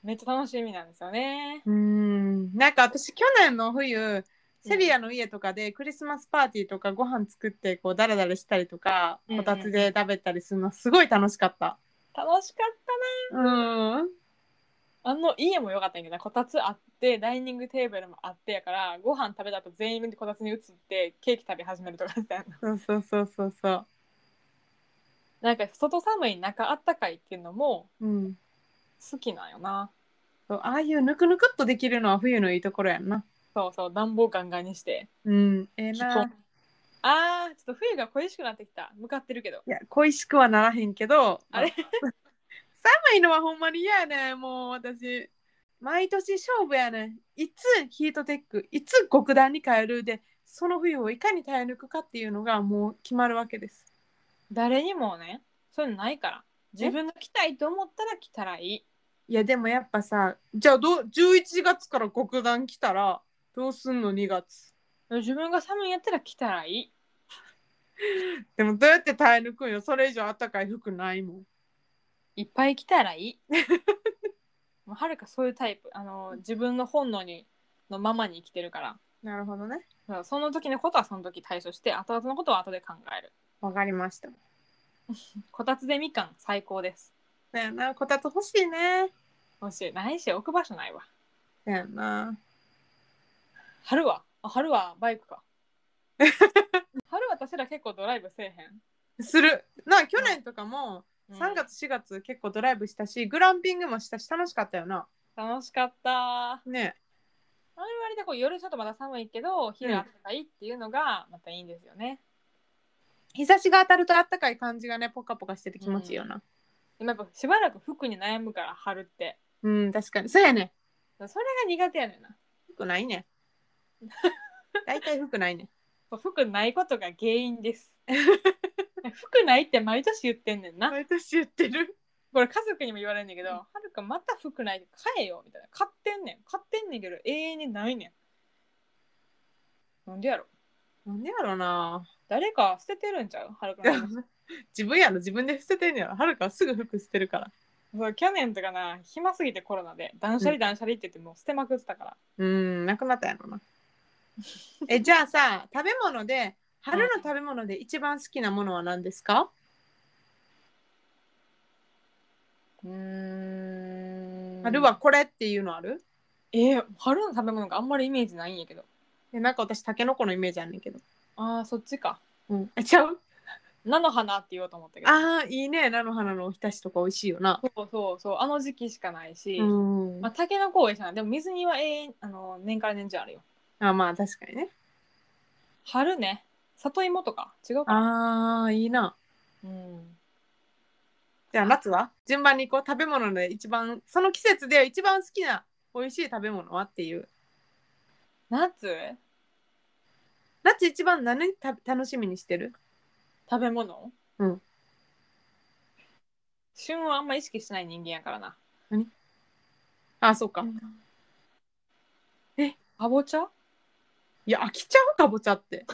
A: めっちゃ楽しみなんですよね
B: うーんなんか私去年の冬セリアの家とかでクリスマスパーティーとかご飯作ってこうダラダラしたりとか
A: うん
B: こたつで食べたりするのすごい楽しかった
A: 楽しかった
B: うん
A: なあの家も良かったんやけどなこたつあってダイニングテーブルもあってやからご飯食べた後全員でこたつに移ってケーキ食べ始めるとかみたいな
B: そうそうそうそうそ
A: (laughs) なんか外寒い中あったかいっていうのも
B: ううん
A: 好きなんよな
B: そうああいうぬくぬくっとできるのは冬のいいところやんな
A: そうそう暖房ガンガンにして
B: うんええ
A: 気候
B: な
A: あーちょっと冬が恋しくなってきた向かってるけど
B: いや恋しくはならへんけど
A: あれ
B: 寒いのはほんまに嫌やねんもう私毎年勝負やねんいつヒートテックいつ極暖に変えるでその冬をいかに耐え抜くかっていうのがもう決まるわけです
A: 誰にもねそういうのないから自分の着たいと思ったら着たらいい
B: いやでもやっぱさじゃあどう11月から極暖来たらどうすんの2月
A: 自分が寒いんやったら着たらいい
B: でもどうやって耐え抜くんよそれ以上暖かい服ないもん
A: いっぱい着たらいいもうはるかそういうタイプあの自分の本能にのままに生きてるから
B: なるほどね
A: だからその時のことはその時対処して後々のことは後で考える
B: わかりました
A: こたつでみかん最高です
B: だよなこたつ欲しいね
A: 欲しいないし置く場所ないわ
B: だよな
A: 春はあ春はバイクか春は私ら結構ドライブせえへ
B: するな去年とかも、
A: ん、
B: 3月4月結構ドライブしたしグランピングもしたし楽しかったよな
A: 楽しかった
B: ね
A: あれ割とこう夜ちょっとまだ寒いけど昼あったかいっていうのがまたいいんですよね、
B: 日差しが当たるとあったかい感じがねポカポカしてて気持ちいいよな
A: でもやっぱしばらく服に悩むから春って
B: うん、確かにそうやね
A: それが苦手やねんな
B: 服ないね大体服ないね
A: 服ないことが原因です服ないって毎年言ってんねんな
B: 毎年言ってる
A: これ家族にも言われるんだけどはるかまた服ない買えよみたいな買ってんねん買ってんねんけど永遠にないねんなんでやろ
B: なんでやろな
A: 誰か捨ててるんちゃうはるか
B: (laughs)
A: の
B: 自分やろ自分で捨ててんねやろはるかはすぐ服捨てるから
A: そう去年とかな暇すぎてコロナで断捨離断捨離って言ってもう捨てまくってたから
B: うんなくなったやろなえじゃあさ食べ物で春の食べ物で一番好きなものは何ですか、
A: うーん
B: 春はこれっていうのある
A: えー春の食べ物があんまりイメージないんやけど
B: えなんか私タケノコのイメージあんねんけど
A: あーそっちか
B: うん、あちゃう
A: 菜の花って言おうと思ったけど
B: あーいいね菜の花のおひたしとか美味しいよな。
A: そうそうそうあの時期しかないし、
B: うん
A: まあ、タケノコ多いしなでも水煮は永遠あの年から年中あるよ
B: あまあ確かにね。
A: 春ね里芋とか違うかな
B: あーいいな。
A: うん
B: じゃあ夏は順番にこう食べ物で一番その季節で一番好きな美味しい食べ物はっていう
A: 夏
B: 夏一番何た楽しみにしてる
A: 食べ物
B: うん
A: 旬はあんま意識しない人間やからな
B: あそうか。
A: えかぼちゃ
B: いや飽きちゃうかぼちゃ (laughs) って。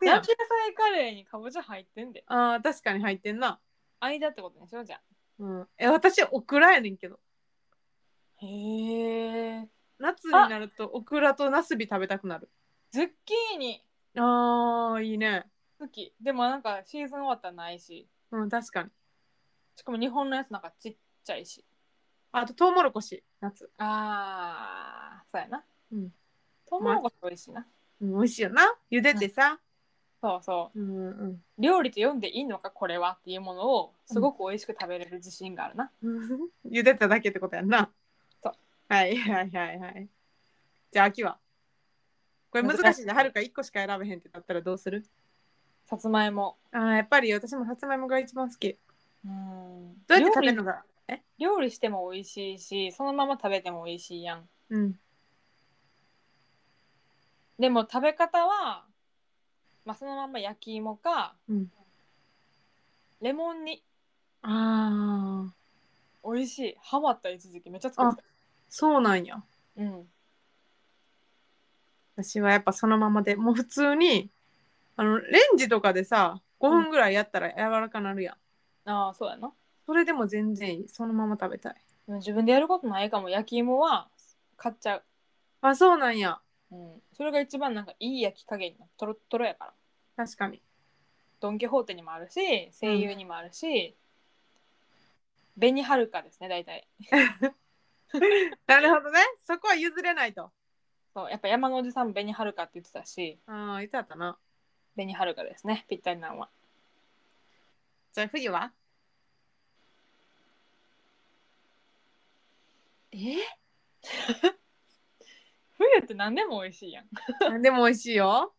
B: せやん
A: 夏野菜カレーにかぼちゃ入ってんで
B: あー確かに入ってんな。
A: 間ってことでしょじゃあ
B: うん、え私オクラやねんけど
A: へえ
B: 夏になるとオクラとナスビ食べたくなる。
A: ズッキーニ
B: あーいいね。
A: 好きでもなんかシーズン終わったらないし
B: うん確かに。
A: しかも日本のやつなんかちっちゃいし
B: あとトウモロコシ夏、
A: ああそうやな
B: うん
A: トウモロコシ美味しいな
B: うん、美味しいよな茹でてさ、
A: そうそう
B: うんうん
A: 料理と読んでいいのかこれはっていうものをすごく美味しく食べれる自信があるな、
B: 茹でただけってことやんな。
A: そう
B: はいはいはいはい。じゃあ秋は。これ難
A: 難
B: し
A: し
B: い
A: い
B: じゃん。はるか1個しか選べへんってなったらどうする
A: さつまいも
B: あーやっぱり私もさつまいもが一番好き。
A: うん
B: どうやって食べるのがえ
A: 料理料理しても美味しいしそのまま食べても美味しいやん
B: うん。
A: でも食べ方は、まあ、そのまんま焼き芋か、
B: うん
A: レモン煮
B: ああ、
A: 美味しいハマった一時期めっちゃ作ってた
B: そうなんや。
A: うん
B: 私はやっぱそのままでもう普通にあのレンジとかでさ5分ぐらいやったら柔らかなるやん。
A: ああそうやな
B: それでも全然いい。そのまま食べたい。
A: でも自分でやることないかも焼き芋は買っちゃう、
B: あ、そうなんや。
A: うん、それが一番なんかいい焼き加減トロットロやから
B: 確かに。
A: ドン・キホーテにもあるし声優にもあるし、紅はるかですね大体
B: なるほどね。そこは譲れないと。
A: そうやっぱ山のおじさんも紅はるかって言ってたし
B: ああ、言ってたな。
A: 紅はるかですねぴったりなのは
B: じゃあ冬はえ
A: 冬って何でも美味しいやん
B: 何でも美味しいよ。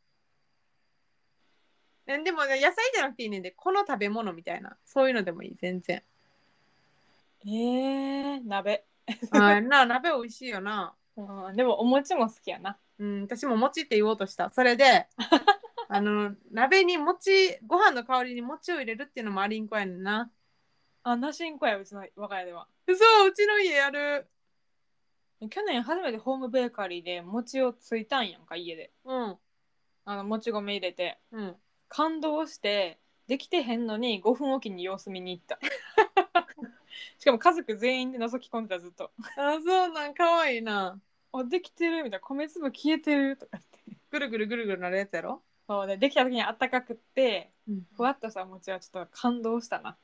B: えでも野菜じゃなくていいねんで、この食べ物みたいな、そういうのでもいい、全 (laughs) 然。
A: (laughs) えー、鍋、
B: あーな鍋美味しいよな。
A: うん、でもお餅も好きやな
B: うん、私も餅って言おうとした。それ (laughs) で、あの、鍋に餅、ご飯の代わりに餅を入れるっていうのもありんこやねんな。
A: あんな新子やうちの我が家では
B: そう、うちの家やる。
A: 去年初めてホームベーカリーで餅をついたんやんか家で
B: うん、
A: あのもち米入れて
B: うん。
A: 感動してできてへんのに5分おきに様子見に行った (laughs) しかも家族全員で覗き込んでたずっと
B: あ、そうなん、かわいいな。
A: 「あできてる」みたいな「米粒消えてる」とか言って
B: ぐるぐるぐるぐるなるやつやろ
A: そうでできた時にあったかくって
B: うん
A: ふわっとした餅はちょっと感動したな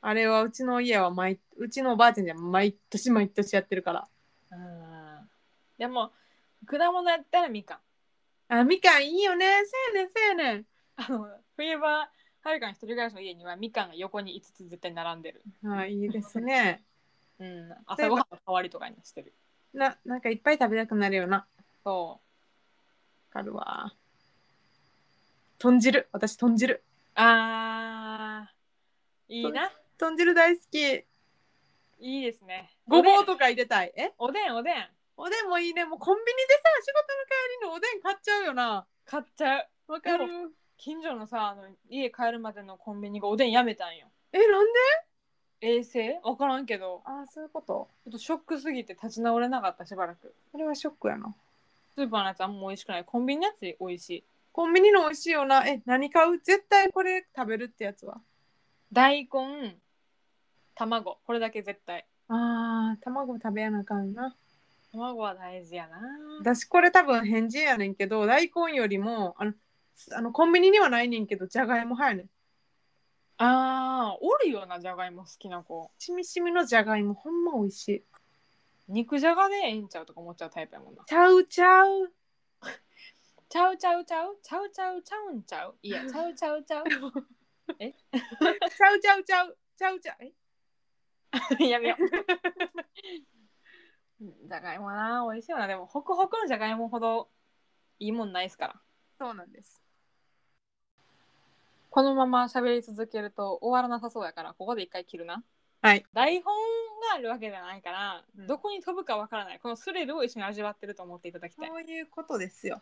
B: あれはうちの家は毎うちのおばあちゃんじゃ毎年毎年やってるから。
A: うんでも果物やったらみかん
B: あみかんいいよね。せやねんせやね
A: あの冬場はるかの一人暮らしの家にはみかんが横に5つ絶対並んでる、
B: ん。はいいいですね。
A: うん、朝ごはんの代わりとかにしてる
B: ななんかいっぱい食べたくなるよな。わ
A: そう
B: かるわ。豚汁私豚汁
A: あーいいな
B: 豚汁大好き。
A: いいですね
B: ごぼう
A: と
B: とか入れたい。え
A: おでんおでん
B: おでんもいいね。もうコンビニでさ仕事の帰りのおでん買っちゃうよな。
A: 買っちゃう
B: わかる
A: で。近所のさあの家帰るまでのコンビニがおでんやめたんよ
B: えなんで？
A: 衛生分からんけど
B: あそういうこと。
A: ちょっとショックすぎて立ち直れなかったしばらく
B: それはショックやな。
A: スーパーのやつあんま美味しくないコンビニのやつ美味しい
B: コンビニの美味しいよな。え何買う？絶対これ食べるってやつは。
A: 大根卵これだけ絶対
B: あー卵食べやなあかんな
A: 卵は大事やな
B: 私これ多分変人やねんけど大根よりもあのすあのコンビニにはないねんけどじゃがいも派やねん
A: あーおるよなじゃがいも好きな子
B: しみしみのじゃがいもほんま美味しい
A: 肉じゃがでええんちゃうとか思っちゃうタイプやもんな
B: ちゃうちゃう
A: ちゃうちゃうちゃうちゃうちゃうちゃうんちゃういやちゃうちゃうちゃう
B: ちゃうちゃうちゃうちゃうちゃうえ
A: (laughs) やめよう (laughs) じゃがいもな美味しいよなでもホクホクのじゃがいもほどいいもんないっすから
B: そうなんです
A: このまま喋り続けると終わらなさそうやからここで一回切るな
B: はい
A: 台本があるわけじゃないから、
B: うん
A: どこに飛ぶかわからないこのスリルを一緒に味わってると思っていただきたい、
B: そういうことですよ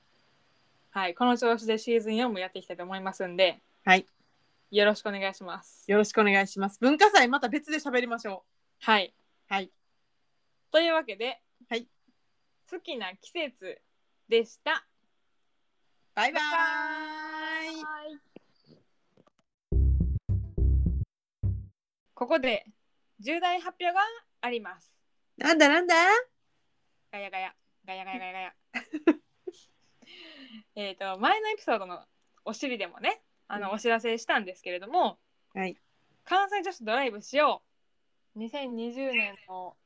A: はいこの調子でシーズン4もやっていきたいと思いますんで
B: はい
A: よろしくお願いします
B: よろしくお願いします文化祭また別で喋りましょ
A: はい
B: はい
A: というわけで、
B: はい、
A: 好きな季節でした
B: うバイバーイ
A: はいここで重大発表があります
B: なんだなんだ
A: ガヤガヤガヤガヤガヤガ (laughs) ヤえっと前のエピソードのお尻でもねあ
B: う
A: の
B: ん
A: お知らせしたんですけれども、
B: はい
A: 関西女子ドライブしよう2020年の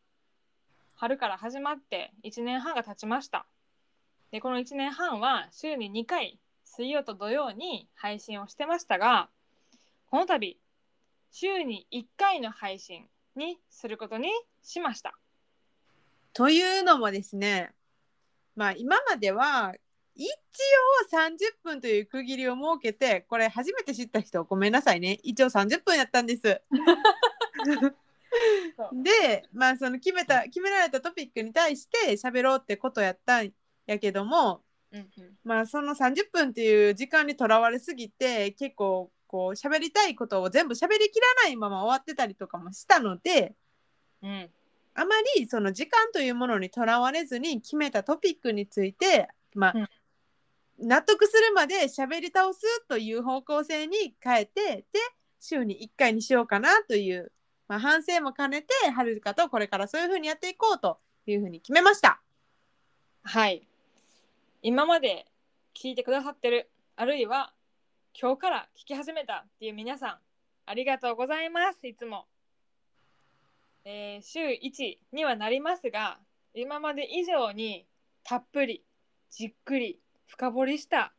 A: 春から始まって1年半が経ちました。で、この1年半は週に2回、水曜と土曜に配信をしてましたが、この度、週に1回の配信にすることにしました。
B: というのもですねまあ今までは一応30分という区切りを設けてこれ初めて知った人ごめんなさいね一応30分やったんです
A: そう
B: でまあその決めた決められたトピックに対して喋ろうってことやったんやけども
A: うんうん
B: まあその30分っていう時間にとらわれすぎて結構こう喋りたいことを全部喋りきらないまま終わってたりとかもしたので、
A: うん
B: あまりその時間というものにとらわれずに決めたトピックについて、まあ
A: うん
B: 納得するまで喋り倒すという方向性に変えてで週に1回にしようかなという、まあ、反省も兼ねてはるかとこれからそういうふうにやっていこうというふうに決めました。
A: はい。今まで聞いてくださってる、あるいは今日から聞き始めたっていう皆さん、ありがとうございます、いつも。えー週1にはなりますが、今まで以上にたっぷり、じっくり、深掘りした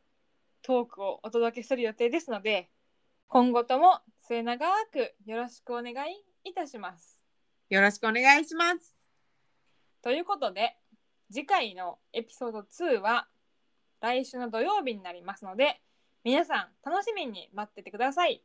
A: トークをお届けする予定ですので、今後とも末永くよろしくお願いいたします。
B: よろしくお願いします。
A: ということで次回のエピソード2は来週の土曜日になりますので皆さん楽しみに待っててください。